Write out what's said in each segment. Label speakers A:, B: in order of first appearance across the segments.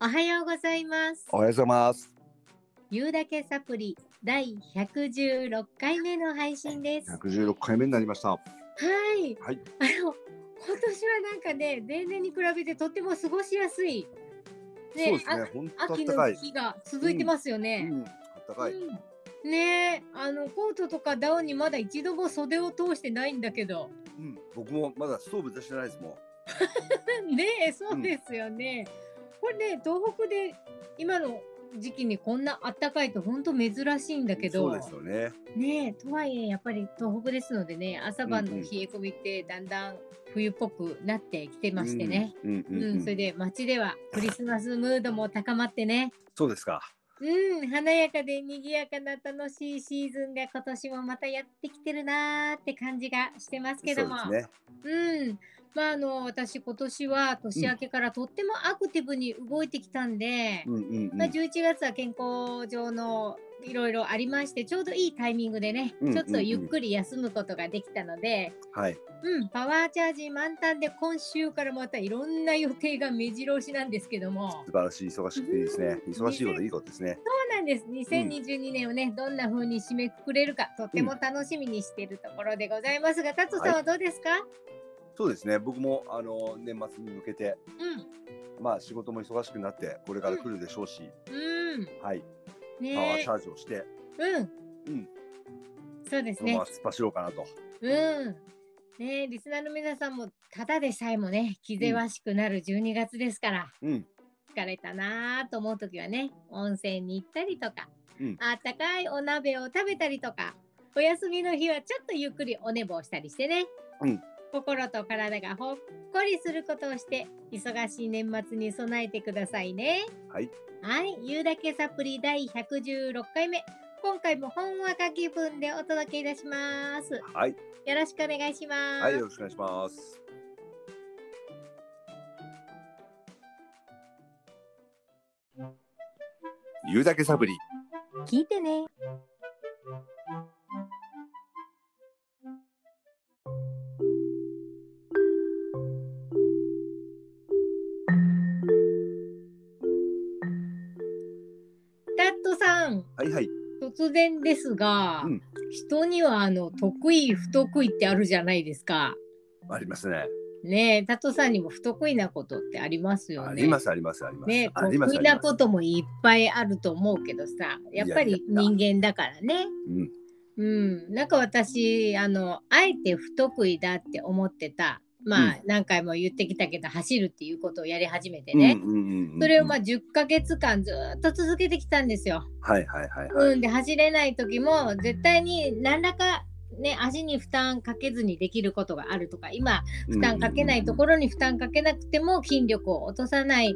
A: おはようございます。
B: おはようございます。
A: ゆうだけサプリ第116回目の配信です。は。
B: 116回目になりました。はいい。
A: あの今年はなんかね、例年に比べてとっても過ごしやすい。
B: そうです
A: あ
B: ね。本当
A: 秋
B: 暖か
A: の
B: い。
A: 日が続いてますよ
B: う
A: ね。
B: ん。暖かい。
A: うんねえ、あのコートとかダウンにまだ一度も袖を通してないんだけど。
B: うん。僕もまだストーブ出してないですもん。
A: ねえ、そうですよね。これね、東北で今の時期にこんなあったかいと本当珍しいんだけど。
B: そうですよね。
A: ねえとはいえやっぱり東北ですのでね朝晩の冷え込みってだんだん冬っぽくなってきてましてね、
B: うん。うん
A: うん
B: うんうん
A: それで街ではクリスマスムードも高まってね
B: そうですか。
A: うん華やかで賑やかな楽しいシーズンが今年もまたやってきてるなーって感じがしてます
B: そ
A: け
B: うで
A: ど
B: す
A: も
B: ね。
A: うんまああの私今年は年明けからとってもアクティブに動いてきたんで、
B: うんうんうん。
A: まあ、11月は健康上のいろいろありましてちょうどいいタイミングでね、
B: うん
A: ちょっとゆっくり休むことができたので、
B: はい。
A: うん、パワーチャージ満タンで今週からまたいろんな予定が目白押しなんですけども
B: 素晴らしい忙しくていいですね。
A: うん
B: 忙しいほどいいことですね。
A: そうなんです2022年をね、どんな風に締めくくれるかとっても楽しみにしているところでございますが、達さんはどうですか、
B: そうですね。僕もあの年末に向けて、
A: う
B: まあ仕事も忙しくなってこれから来るでしょうし、
A: んうん
B: はい。パワー
A: ね
B: チャージをして、
A: うん、
B: うん
A: そうで
B: そ
A: すね
B: のまま突っ走ろうかなと。
A: うん。ねえリスナーの皆さんもただでさえもね気ぜわしくなる12月ですから、
B: うん。
A: 疲れたなあと思う時はね温泉に行ったりとか、
B: うん
A: あったかいお鍋を食べたりとかお休みの日はちょっとゆっくりお寝坊したりしてね、
B: うん
A: 心と体がほっこりすることをして忙しい年末に備えてくださいね。
B: はい。
A: はい、ゆうだけサプリ第116回目今回も本わか気分でお届けいたします。
B: はい。
A: よろしくお願いします。
B: はい。よろしくお願いします。言うだけサブリ。
A: 聞いてね。タットさん、
B: はいはい。
A: 突然ですが、
B: うん
A: 人にはあの得意不得意ってあるじゃないですか。
B: ありますね。
A: ねえ、タットさんにも不得意なことってありますよね。
B: ありますありますあります。
A: ね、
B: あります
A: 得意なこともいっぱいあると思うけどさやっぱり人間だからね。
B: あります
A: うん、なんか私あのあえて不得意だって思ってたまあ、何回も言ってきたけど走るっていうことをやり始めて
B: うん。
A: ね、
B: うんうんうんうん
A: それをまあ10ヶ月間ずっと続けてきたんですよ。
B: はいはいはいはい。
A: うん、で走れない時も絶対に何らかね足に負担かけずにできることがあるとか今負担かけないところに負担かけなくても筋力を落とさない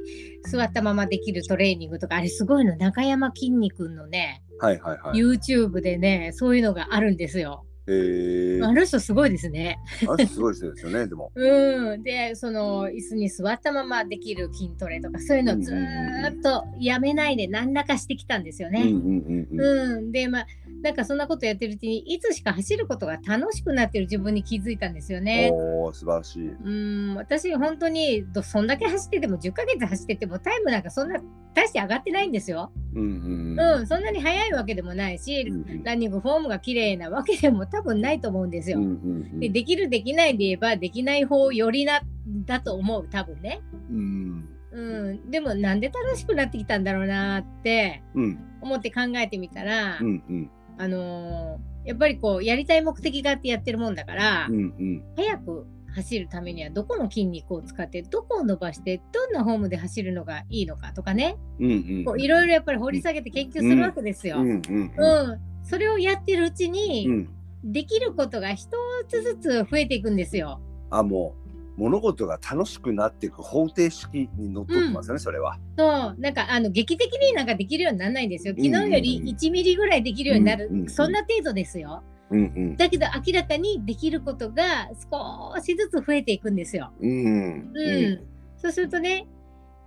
A: 座ったままできるトレーニングとかあれすごいの中山きんに君のね、
B: ろ。はいはいはい。
A: YouTube でねそういうのがあるんですよ。
B: えー
A: あの人すごいですね。
B: あれすごい人ですよね。でも。
A: うん、でその椅子に座ったままできる筋トレとかそういうのずーっとやめないで何らかしてきたんですよ ね。
B: うんうんうんうん。
A: うん、でまあなんかそんなことやってるうちにいつしか走ることが楽しくなってる自分に気づいたんですよね。
B: おお素晴らしい。
A: うん私本当にどそんだけ走ってても10ヶ月走っててもタイムなんかそんな大して上がってないんですよ。
B: うんうん
A: うん、そんなに速いわけでもないし
B: うんうん
A: ランニングフォームが綺麗なわけでも多分ないと思うんです
B: う
A: よ。
B: んうんうん
A: でできるできないで言えばできない方よりなだと思う多分ね。
B: うん
A: うん、でもなんで楽しくなってきたんだろうなって
B: うん
A: 思って考えてみたら、
B: うんうん
A: あのーやっぱりこうやりたい目的があってやってるもんだから、
B: うんうん
A: 早く走るためにはどこの筋肉を使ってどこを伸ばしてどんなフォームで走るのがいいのかとかね
B: うんうん
A: こういろいろやっぱり掘り下げて研究するわけですよ。う
B: うん
A: ん
B: うんうん
A: それをやってるうち
B: う
A: に
B: ん
A: できることが一つずつ増えていくんですよ。
B: あもう物事が楽しくなっていく方程式にのっとってますよね、それは。
A: そうなんかあの劇的になんかできるようにならないんですよ。
B: うん
A: 昨日より1ミリぐらいできるようになる、
B: うんうんうん
A: そんな程度ですよ。
B: うん
A: だけど明らかにできることが少しずつ増えていくんですよ。
B: うんうん
A: うんそうするとね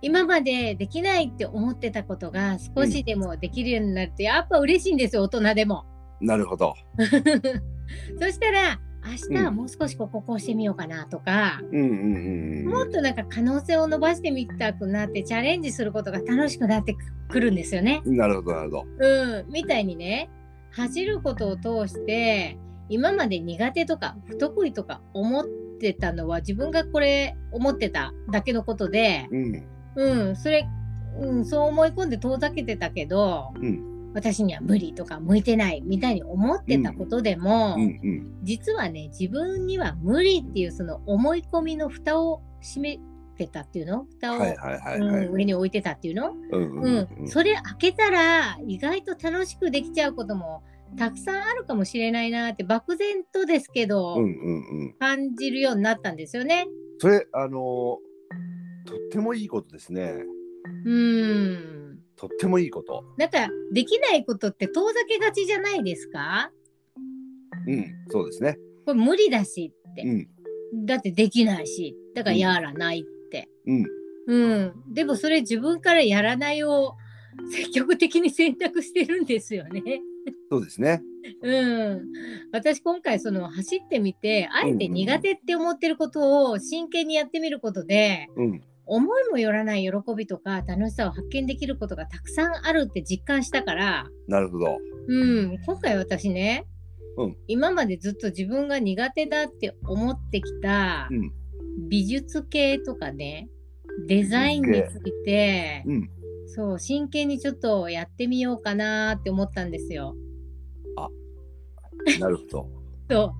A: 今までできないって思ってたことが少しでもできるようになるとやっぱ嬉しいんですよ大人でも。
B: なるほど。
A: そしたら明日はもう少しこここうしてみようかなとか、
B: うんうんうん
A: も
B: う
A: っ
B: ん
A: となんか可能性を伸ばしてみたくなってチャレンジすることが楽しくなってくるんですよね。
B: なるほどなるほど
A: うん、みたいにね走ることを通して今まで苦手とか不得意とか思ってたのは自分がこれ思ってただけのことで、
B: うん
A: うん、それ、うん、そう思い込んで遠ざけてたけど、
B: うん
A: 私には無理とか向いてないみたいに思ってたことでも、
B: うんうん
A: 実はね自分には無理っていうその思い込みの蓋を閉めてたっていうの蓋を、
B: はいはいはいはい
A: うん、上に置いてたっていうの、
B: うんうんうん
A: うん、それ開けたら意外と楽しくできちゃうこともたくさんあるかもしれないなって漠然とですけど、
B: うんうんうん
A: 感じるようになったんですよね。
B: それあのーとってもいいことですね
A: うん
B: とってもいいこと
A: なんかできないことって遠ざけがちじゃないですか
B: うんそうですね
A: これ無理だしって、
B: うん
A: だってできないしだからやらないって、
B: うん
A: うんでもそれ自分からやらないを積極的に選択してるんですよね。
B: そうですね
A: うん、私今回その走ってみてあえて苦手って思ってることを真剣にやってみることで、
B: うん
A: 思いもよらない喜びとか楽しさを発見できることがたくさんあるって実感したから、
B: なるほど
A: うん、今回私ね、
B: うん
A: 今までずっと自分が苦手だって思ってきた
B: うん
A: 美術系とかねデザインについて、
B: うん
A: そう真剣にちょっとやってみようかなって思ったんですよ。
B: なるほど
A: そう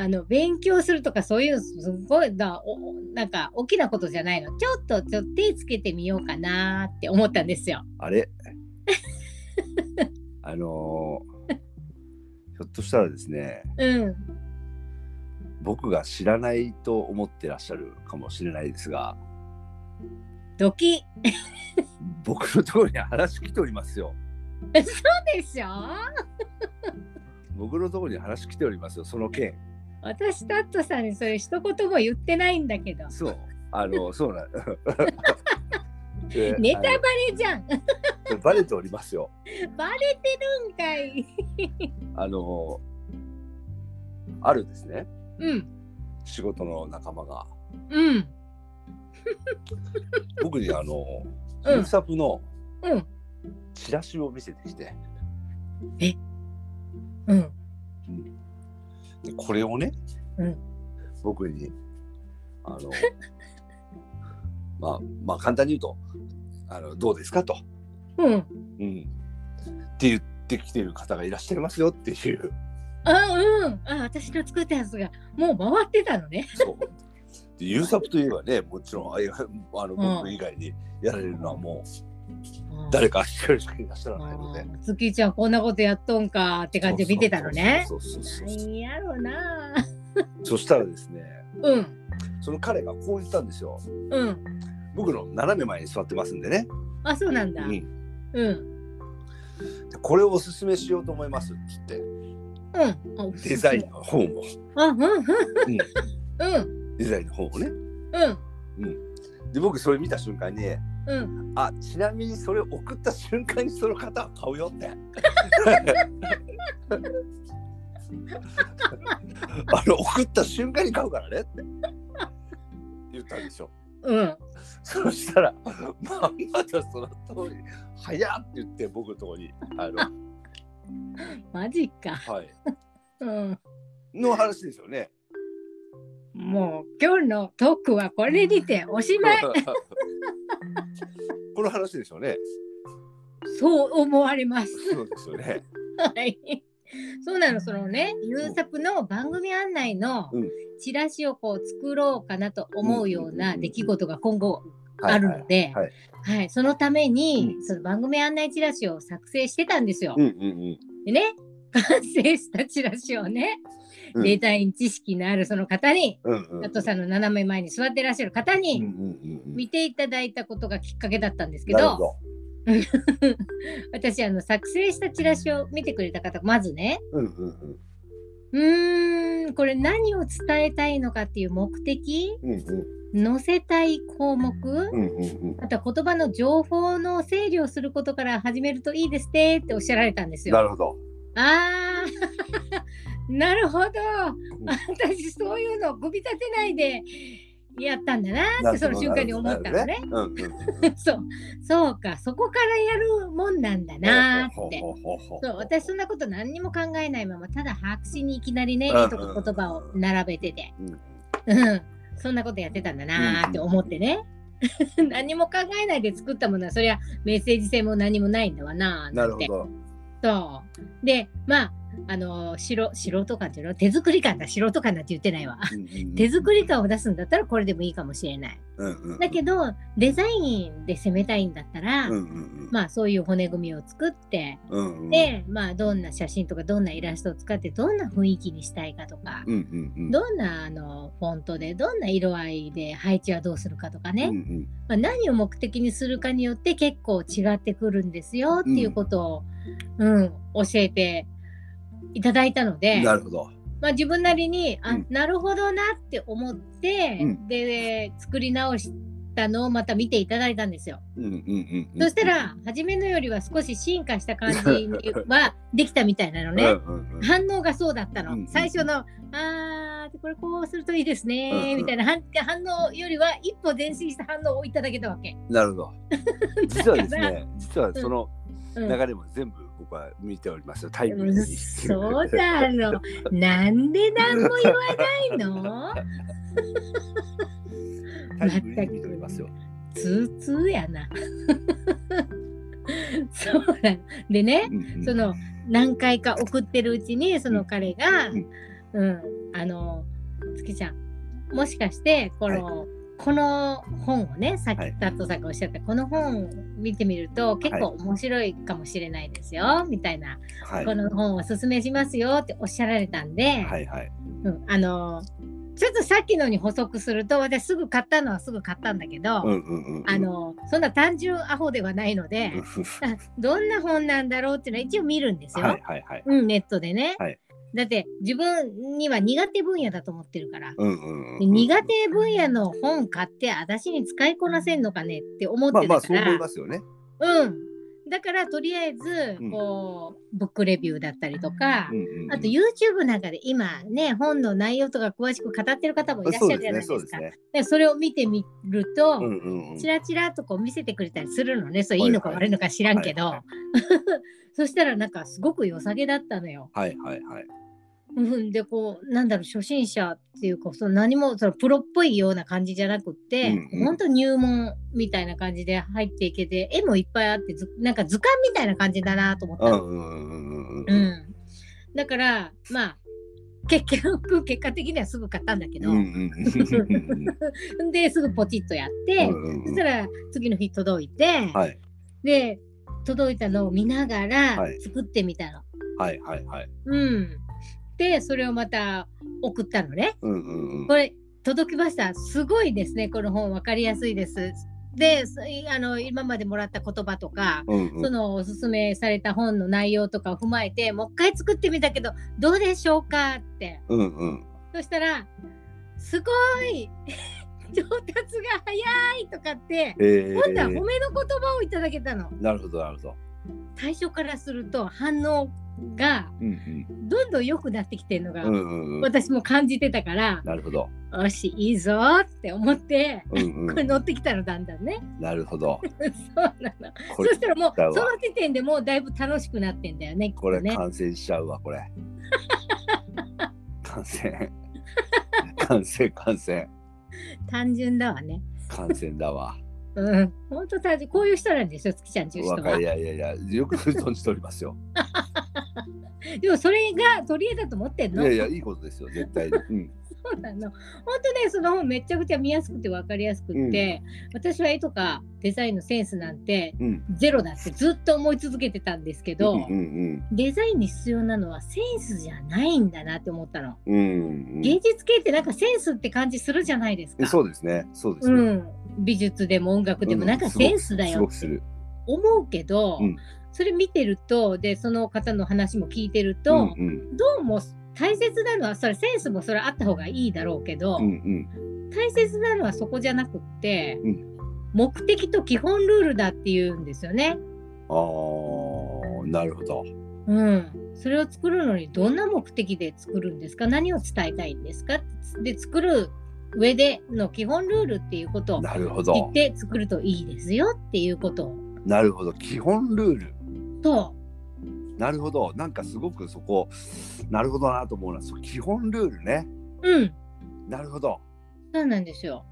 A: あの勉強するとかそういうすごいなおなんか大きなことじゃないのちょっとちょっと手つけてみようかなって思ったんですよ。
B: あれ あのーひょっとしたらですね
A: うん、
B: 僕が知らないと思ってらっしゃるかもしれないですが
A: ドキ
B: 僕のところに話来ておりますよ
A: でしょ
B: 僕のところに話来ておりますよその件
A: 私タットさんにそれ一言も言ってないんだけど
B: そうあのそ うなんで
A: ネタバレじゃん
B: あのバレておりますよ
A: バレてるんかい
B: あのあるですね
A: うん
B: 仕事の仲間が
A: うん
B: 僕にあの
A: うん
B: 新作の
A: うん
B: チラシを見せてきて、
A: うん
B: でこれをね、
A: うん
B: 僕にあの まあまあ簡単に言うとあのどうですかと、
A: うん
B: うん、って言ってきてる方がいらっしゃいますよっ ていう
A: あうんあ私の作ったやつがもう回ってたのね
B: そうでユーサプといえばねもちろんああいうあの
A: ん
B: 僕以外にやられるのはもう誰か一人しかいらっしゃらないので。
A: あー月ちゃんこんなことやっとんかって感じで見てたのね。
B: そうそうそうそう
A: な
B: そうん
A: やろな。
B: そしたらですね
A: うん
B: その彼がこう言ったんですよ
A: うん。
B: 僕の斜め前に座ってますんでね、
A: あそうなん
B: う、
A: だ。うんんうん。
B: でこれをおすすめしようと思いますって言っ
A: あ
B: てデザイン。の本を
A: あうんうんうん
B: デザインの本をね
A: うん
B: で僕それ見た瞬間に
A: うん。
B: あちなみにそれ送った瞬間にその方は買うよって あの送った瞬間に買うからねって言ったんでしょ
A: うん、
B: そしたらまあまだその通り「早っ!」って言って僕のところにあの
A: マジか、
B: はい
A: うん、
B: の話ですよね
A: もう今日のトークはこれにておしまい
B: この話ですよね
A: そう思われます
B: そうですよね。
A: はい。そうなの、そのね、ユーサプの番組案内の
B: うん
A: チラシをこう作ろうかなと思うよう
B: うんうんうん
A: な
B: うん
A: 出来事が今後
B: は い
A: あるので、
B: は
A: はいい、そのために、
B: う
A: その番組案内チラシを作成してたんですよ。
B: うんうん
A: でね、 完成したチラシをね、
B: うん。
A: デザイン知識のあるその方に、
B: うんうんうん。
A: あとさんの斜め前に座ってらっしゃる方
B: うんう
A: に
B: んうんうん。
A: 見ていただいたことがきっかけだったんですけ
B: なる
A: ど、
B: ほど。
A: 私あの作成したチラシを見てくれた方、まずね、
B: うんうん
A: うーんこれ何を伝えたいのかっていう目的
B: うん。うんうん
A: 載せたい項目
B: うんうんうん。
A: あとは言葉の情報の整理をすることから始めるといいですねっておっしゃられたんですよ。
B: な
A: あ
B: るほど。
A: あー なるほど
B: ん。
A: 私そういうのを組み立てないでやったんだなってその瞬間に思ったのね。
B: なるほど。なるほどうんうん
A: そう、そうか、そこからやるもんなんだなーって。
B: ほうほうほうほう
A: そう私そんなこと何にも考えないままただ白紙にいきなりね
B: うん
A: 絵とか言葉を並べてて、
B: うん
A: うん、そんなことやってたんだなーって思ってね 何も考えないで作ったものはそりゃメッセージ性も何もないんだわなー
B: な
A: な
B: る
A: ん
B: ほ
A: て
B: ど。
A: そうでまああのー素素人感っていうの手作り感だ素人感なんて言ってないわ手作り感を出すんだったらこれでもいいかもしれないだけ
B: ど、
A: どデザインで攻めたいんだったら、
B: うんうん
A: まあそういう骨組みを作って
B: うんうんうん、
A: で、まあ、どんな写真とかどんなイラストを使ってどんな雰囲気にしたいかとか、
B: うんうんうん、
A: どんなあのフォントでどんな色合いで配置はどうするかとかね、
B: うんうん
A: まあ、何を目的にするかによって結構違ってくるんですよっていうことを、うん教えていただいたので、
B: なるほど。
A: まあ、自分なりにあ、
B: うん
A: なるほどなって思って、
B: うん
A: で作り直したのをまた見ていただいたんですよ。
B: うんうんうんうん、
A: そしたら初めのよりは少し進化した感じにはできたみたいなの
B: う
A: ね。
B: んうんうん、
A: 反応がそうだったの、
B: うんうん
A: 最初の「あーでこれこうするといいですね
B: うんうん
A: みたいな反反応よりは一歩前進した反応をいただけたわけ。
B: な るほど。実はですね、実はその
A: うん
B: 流れも全部僕は見ておりますよ。タイム
A: う
B: リー
A: ん
B: に。
A: そうなの。なんで何も言わない の
B: タイムリーに見ておりますよ。
A: 通通やな。 そうなの。でね、
B: うんうん
A: その何回か送ってるうちにその彼が、
B: うん
A: うん、あの月ちゃんもしかしてこの、この本をねさっ
B: は
A: き
B: い
A: タットさんがおっしゃった、この本見てみると結構面白いかもしれないですよ、みたいな、
B: はい、
A: この本をおすすめしますよっておっしゃられたんで、
B: はいはい。
A: うん、あのちょっとさっきのに補足すると私すぐ買ったのはすぐ買ったんだけど、
B: うんうんうんうん。
A: あのそんな単純アホではないので
B: うん、
A: あ どんな本なんだろうっていうのは一応見るんですよ。
B: はいはいはい。
A: うん、ネットでね。
B: はい
A: だって自分には苦手分野だと思ってるから。
B: うんうんう
A: で
B: ん。
A: 苦手分野の本買って私に使いこなせんのかねって思っ
B: まあ
A: て
B: ま
A: た
B: あ
A: か
B: そう
A: ら、
B: 思いますよね。
A: うんだからとりあえず
B: うん
A: こう、ブックレビューだったりとか、
B: うんうんうん
A: あと YouTube なんかで今ね本の内容とか詳しく語ってる方もいらっしゃるじゃないですか
B: そう
A: そ
B: ですね。
A: でそれを見てみると、
B: そうですね。うんうんうん
A: チ。ラチラとこう見せてくれたりするのねそれいいのか
B: はいはい
A: 悪いのか知らんけど、
B: はいは
A: そしたらなんかすごく良さげだったのよ。
B: はいはいはい。
A: うん、でこうなんだろう初心者っていうかその何もそのプロっぽいような感じじゃなくって、
B: うんうん
A: ほんと入門みたいな感じで入っていけて絵もいっぱいあってずなんか図鑑みたいな感じだなと思った
B: う
A: の、
B: んうんうんうんうん
A: うんだからまあ結局結果的にはすぐ買ったんだけど、
B: うんうんうん
A: ですぐポチッとやっ
B: う
A: て、
B: んうん
A: そしたら次の日届いて、
B: はい
A: で届いたのを見ながら
B: はい
A: 作ってみたの。
B: はいはいはい。
A: うん、でそれをまた送ったのね。
B: うんうんうん。
A: これ届きました。すごいですね。この本わかりやすいです。で、そいあの今までもらった言葉とか、
B: うんう
A: そ
B: ん。
A: のおすすめされた本の内容とかを踏まえて、もう一回作ってみたけどどうでしょうかって。
B: うんうん。
A: そしたらすごい 上達が早いとかって。
B: えー
A: 今度は褒めの言葉をいただけたの。
B: なるほどなるほど。
A: 最初からすると反応が
B: うん
A: どんどん良くなってきてるのが、
B: うん。うんうんうん。
A: 私も感じてたから、
B: なるほど。
A: よしいいぞーって思って、
B: うんう
A: これ
B: ん。
A: 乗ってきたのだんだんね
B: なるほど。
A: そうなのそ
B: これ
A: したらもう
B: だわ
A: その時点でもうだいぶ楽しくなってんだよねきっ
B: ことれ
A: ね
B: 感染しちゃうわこれ。感染。感染感染
A: 単純だわね
B: 感染だわ。
A: うんほんと単純こういう人なんでしょ 月ちゃんっていう人
B: わか
A: は
B: りいやいやいやよく存じておりま すよ。
A: でもそれが取り柄だと思ってん
B: い
A: の
B: やいやいいことですよ絶対に。うん
A: そうなの。本当ね、その本めちゃくちゃ見やすくて分かりやすくって、私は絵とかデザインのセンスなんて
B: うん。
A: ゼロだってずっと思い続けてたんですけど、
B: うんうん
A: デザインに必要なのはセンスじゃないんだなって思ったの。
B: うん。うん
A: 芸術系ってなんかセンスって感じするじゃないです
B: うん。
A: か。
B: そうですねそうです
A: う
B: ね。
A: ん、美術でも音楽でも
B: うん
A: なんかセンスだ
B: す
A: よ
B: ごくする。
A: 思うけど、
B: うん
A: それ見てるとでその方の話も聞いてると、
B: うんうん
A: どうも大切なのはそれセンスもそれあった方がいいだろうけど、
B: うんうん。
A: 大切なのはそこじゃなくって、
B: う
A: 目的と基本ルールだって言うんですよね。
B: ああなるほど。
A: うん、それを作るのにどんな目的で作るんですか何を伝えたいんですかで作る上での基本ルールっていうことを
B: なるほ
A: 言っ
B: ど。
A: て作るといいですよっていうことを
B: なるほど。基本ルール。
A: と
B: なるほど。なんかすごくそこ、なるほどなと思うな。そう基本ルールね。
A: うん
B: なるほど。
A: そうなんですよ、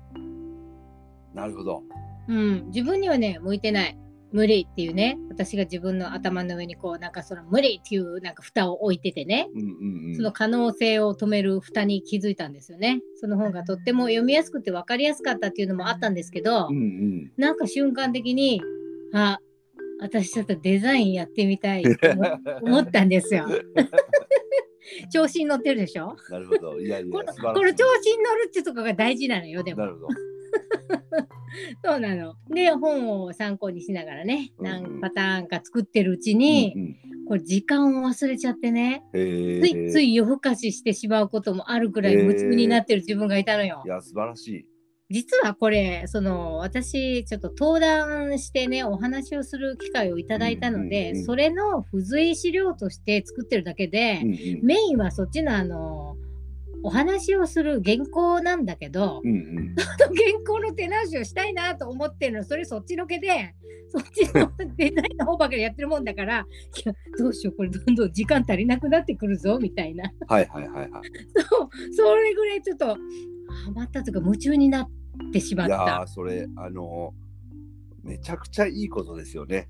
B: なるほど。
A: うん、自分にはね向いてない無理っていうね私が自分の頭の上にこうなんかその無理っていうなんか蓋を置いててね
B: うんうん
A: そ
B: うん
A: の。可能性を止める蓋に気づいたんですよね。その本がとっても読みやすくて分かりやすかったっていうのもあったんですけど、
B: うんうん、
A: なんか瞬間的にあ私ちょっとデザインやってみたいって 思思ったんですよ。調子に乗ってるでしょ
B: なるほど。いやい
A: こ
B: や、
A: の
B: 素晴らしい
A: この調子に乗るってとこが大事なのよで
B: な
A: も
B: るほど。
A: そうなの。で本を参考にしながらね
B: うんうん
A: 何パターンか作ってるうちに、
B: うんうん
A: これ時間を忘れちゃってね
B: えー
A: ついつい夜更かししてしまうこともあるくらい夢中になってる自分がいたのよ。
B: いや、素晴らしい。
A: 実はこれその私ちょっと登壇してねお話をする機会をいただいたので、
B: うんうんうん
A: それの付随資料として作ってるだけで
B: う、んうん
A: メインはそっちのあのお話をする原稿なんだけど、
B: うんうん、
A: 原稿の手直しをしたいなと思ってるのそれそっちのけでそっちのデザインの方ばかりやってるもんだからいやどうしようこれどんどん時間足りなくなってくるぞみたいな
B: はいはいはい はい。
A: そうそれぐらいちょっとハマったというか夢中になってしまっ
B: いや
A: た。
B: ーそれあのーめちゃくちゃいいことですよね。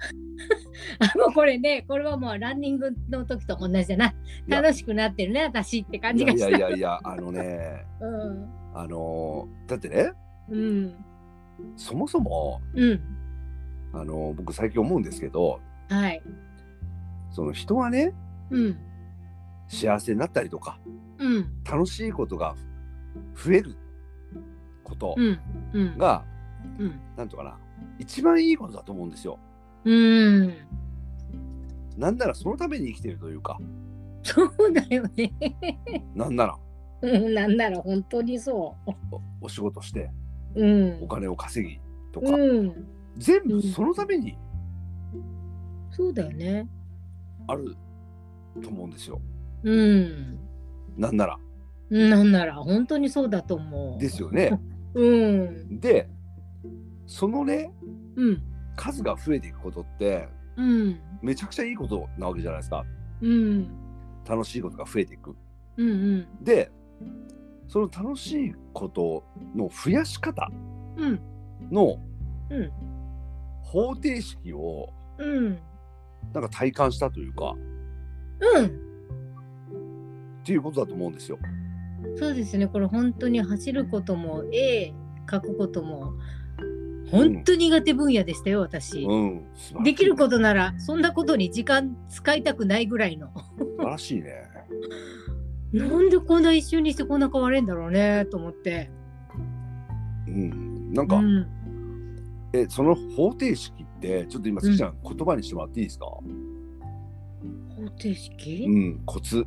A: あもうこれね、これはもうランニングの時と同じだな。
B: いや
A: 楽しくなってるね、私って感
B: い
A: じが
B: やい
A: した。
B: やいやいやあのね
A: うん。
B: あのーだってね
A: うん。
B: そもそも
A: うん。
B: あのー僕最近思うんですけど
A: はい。
B: その人はね
A: うん。
B: 幸せになったりとか
A: うん。
B: 楽しいことが増えること
A: うん。うん。
B: が、
A: うん。
B: なんとかな一番いいことだと思うんですよ。
A: うん。
B: なんならそのために生きてるというか
A: そうだよね。
B: なんなら
A: うんなんなら本当にそ
B: おお仕事して
A: う。うん
B: お。金を稼ぎとか、
A: うん。
B: 全部そのために
A: そうだよね。
B: あると思うんですよ。
A: うん。
B: なんなら。
A: なんなら本当にそうだと思う。
B: ですよね。
A: うん。
B: でそのね
A: うん。
B: 数が増えていくことって
A: うん。
B: めちゃくちゃいいことなわけじゃないですか
A: うん。
B: 楽しいことが増えていく。
A: うん。うん。
B: でその楽しいことの増やし方
A: うん。
B: の
A: うん
B: 方程式を
A: うん。
B: なんか体感したというか
A: うん。
B: っていうことだと思うんですよ。
A: そうですね、これ本当に走ることも絵描くことも本当苦手分野でしたよ、私。
B: うん、素晴らしい
A: できることならそんなことに時間使いたくないぐらいの。
B: 素晴らしいね。
A: なんでこんな一瞬にしてこんな変われんだろうねと思って。
B: うん、なん
A: う
B: か、
A: ん、
B: えその方程式ってちょっと今すきちゃん、言葉にしてもらっていいですか、
A: 方程式、
B: うん、コツ、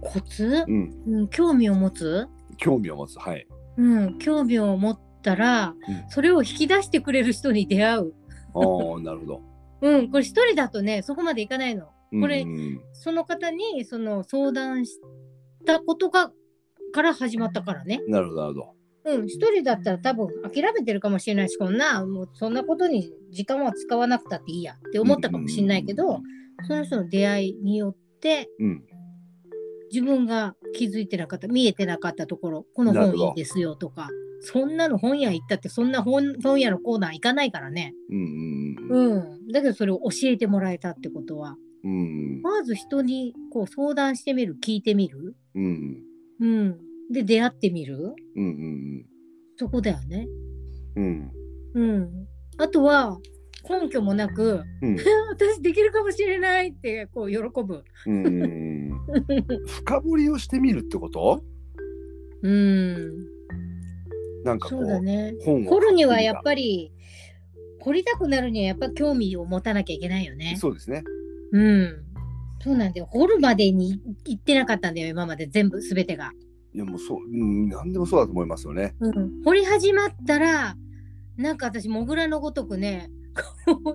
A: コツ、
B: うん、
A: うん、興味を持つ、
B: 興味を持つはい。
A: うん、興味を持ったら、
B: うん
A: それを引き出してくれる人に出会う。
B: あ あなるほど。
A: うん、これ一人だとねそこまでいかないの。これ
B: うん
A: その方にその相談したことがから始まったからね。
B: なるほどなるほど。
A: うん、一人だったら多分諦めてるかもしれないし、こんな、もうそんなことに時間は使わなくたっていいやって思ったかもしれないけど、その人の出会いによって、
B: うん
A: 自分が気づいてなかった、見えてなかったところ、この
B: なる
A: 本
B: ほど
A: いいですよとか、そんなの本屋行ったって、そんな本本屋のコーナー行かないからね。
B: うんうん
A: うん。だけどそれを教えてもらえたってことは、
B: うん
A: まず人にこう相談してみる、聞いてみる。
B: うんうん
A: うん。で、出会ってみる。
B: うんうん
A: そこだよね。
B: うん
A: うん。あとは、根拠もなく、
B: うん
A: 私できるかもしれないって、こう、喜ぶ。
B: うんうんうん 深掘りをしてみるってこと
A: うん。
B: なんかこ
A: そううだね。
B: 本を
A: 掘るにはやっぱり、掘りたくなるにはやっぱ興味を持たなきゃいけないよね。
B: そうですね。
A: うん。そうなんだよ。掘るまでに行ってなかったんだよ、今まで全部、すべてが。
B: いやもうそう、うん、何でもそうだと思いますよね。
A: うん。掘り始まったら、なんか私、モグラのごとくね、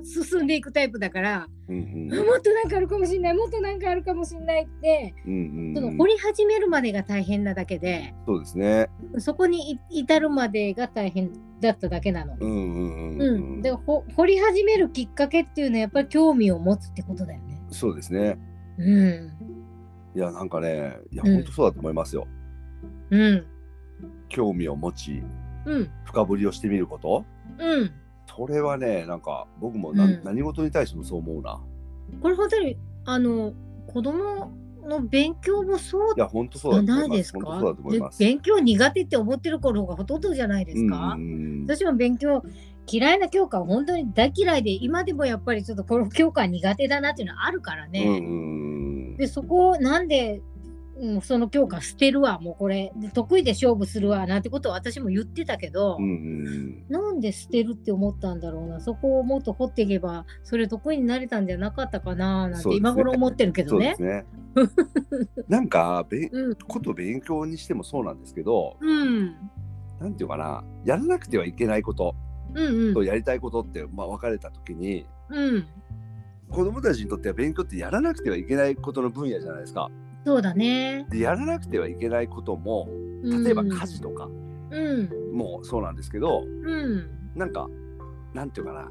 A: 進んでいくタイプだから、
B: うん
A: もっとなんかあるかもしれないもっとなんかあるかもしれないって、
B: うん
A: その
B: うん
A: 掘り始めるまでが大変なだけで
B: そうですね。
A: そこにい至るまでが大変だっただけなの。
B: うんうんうん
A: う、
B: うんん。
A: でほ掘り始めるきっかけっていうのはやっぱり興味を持つってことだよね。
B: そうですね。
A: うん、
B: いやなんかね、いや
A: うん
B: 本当そうだと思いますよ。
A: うん、
B: 興味を持ち
A: うん、
B: 深掘りをしてみること。
A: うん。
B: それはね、なんか僕もな
A: うん
B: 何事に対してもそう思うな。
A: これ本当にあの子供の勉強もそう
B: いや本当そう
A: じゃ
B: だと思
A: ない
B: いま。
A: ですす
B: 本当
A: か
B: そうだと思います。
A: で勉強苦手って思ってる頃がほとんどじゃないですか。
B: うんうんうん
A: 私も勉強嫌いな教科は本当に大嫌いで今でもやっぱりちょっとこの教科は苦手だなっていうのはあるからね。
B: うんうんうん
A: でそこをなんで、うん、その教科捨てるわもうこれで得意で勝負するわなんてことを私も言ってたけど、
B: うんうん
A: なんで捨てるって思ったんだろうなそこをもっと掘っていけばそれ得意になれたんじゃなかったかななん
B: そう
A: て
B: ですね
A: 今頃思ってるけ
B: そ
A: ど
B: うで
A: ね。
B: すね。 なんかべ
A: うん
B: こと勉強にしてもそうなんですけど、
A: うん
B: なんていうかな、やらなくてはいけないこと
A: うんう
B: と
A: ん
B: やりたいことってまあ分かれたときに。
A: うん
B: 子供たちにとっては勉強ってやらなくてはいけないことの分野じゃないですか。
A: そうだね。
B: でやらなくてはいけないことも
A: うん
B: 例えば家事とか
A: うん
B: もそうなんですけど、
A: うん
B: なんかなんていうかな、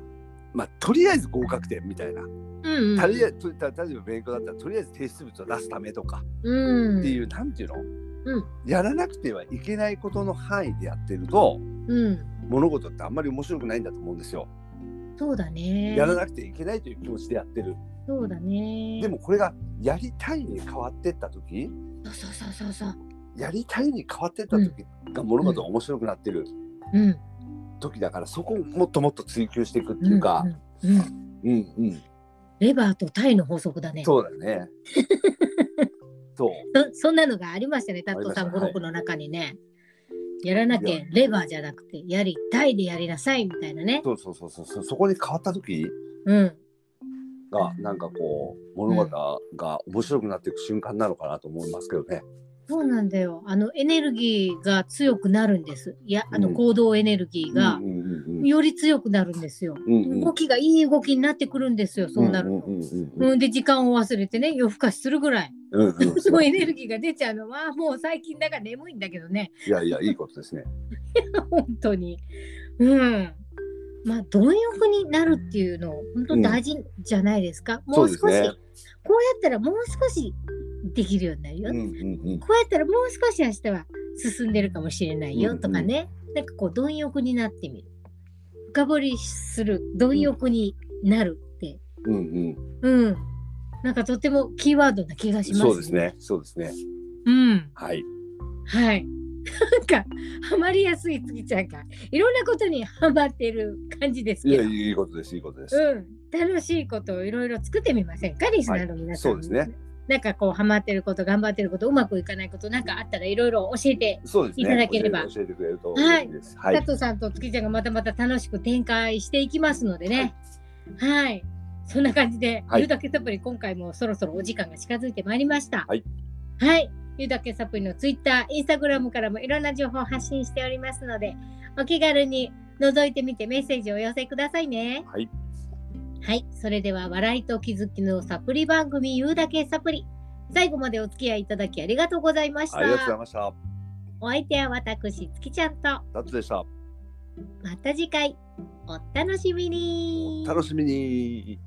B: まあ、とりあえず合格点みたいな、
A: うんうん
B: とりあえずと例えば勉強だったらとりあえず提出物を出すためとか
A: うん
B: っていう、なんていうの、
A: うん
B: やらなくてはいけないことの範囲でやってると
A: うん
B: 物事ってあんまり面白くないんだと思うんですよ。
A: そうだね。
B: やらなくてはいけないという気持ちでやってる。
A: そうだね。
B: でもこれがやりたいに変わってった時
A: そうそうそうそうそう。
B: やりたいに変わってった時が物事が面白くなってる
A: うん。
B: 時だからそこをもっともっと追求していくっていうか、
A: うんうんうん
B: うんうん、
A: レバーとタイの法則だね。
B: そうだ ね。そう
A: そそんなのがありましたね、タットさ
B: あ
A: ん
B: り
A: 語
B: ました
A: 録の中にね。やらなき
B: い
A: ゃレバーじゃなくて、やりたいでやりなさいみたいなね。
B: そうそうそうそうそうそこに変わった時
A: うん。
B: がなんかこう物語がが面白くなっていく瞬間なのかなと思いますけどね。
A: そうなんだよ。あのエネルギーが強くなるんです。いや、あの
B: うん
A: 行動エネルギーが
B: うんうんうんうん
A: より強くなるんですよ。
B: うんうん
A: 動きがいい動きになってくるんですよ、そうなる
B: うん
A: と。
B: うんうんうん
A: うん、で時間を忘れてね夜更かしするぐらい
B: うんうんうん
A: そうエネルギーが出ちゃうのはもう最近だから眠いんだけどね
B: いやいやいいことですね。
A: 本当にうんまあ貪欲になるっていうの本当大事じゃないですか、もう少し
B: そうですね
A: こうやったらもう少しできるようになるよ、
B: うんう
A: こ
B: んうん
A: うやったらもう少し明日は進んでるかもしれないよ
B: うん
A: とかね、なんかこう貪欲になってみる深掘りする貪欲になるって
B: うん
A: うん、なんかとてもキーワードな気が
B: う
A: し
B: ん。
A: ます、
B: そうですねそうですね。
A: うん
B: はい。
A: はい。なんかハマりやすいつきちゃんがいろんなことにハマってる感じです
B: い
A: け
B: や
A: ど、
B: いいことですいいことです。
A: うん、楽しいことをいろいろ作ってみませんかリスナーの皆さん、
B: はいそうですね。
A: なんかこうハマってること頑張ってることうまくいかないことなんかあったらいろいろ教えて、
B: そうですね。
A: いただければ
B: 教えて教えてくれると嬉しいです。はい。
A: 佐藤さんとつきちゃんがまたまた楽しく展開していきますのでねはい、そんな感じで、
B: はい
A: ゆうだけサプリ今回もそろそろお時間が近づいてまいりました
B: はい、
A: はいゆうだけサプリのツイッターインスタグラムからもいろんな情報を発信しておりますのでお気軽に覗いてみてメッセージをお寄せくださいね
B: はい
A: はいそれでは笑いと気づきのサプリ番組ゆうだけサプリ最後までお付き合いいただきありがとうございました
B: ありがとうございました。
A: お相手は私つきちゃんと
B: ダッツでした。
A: また次回お楽しみに
B: 楽しみに。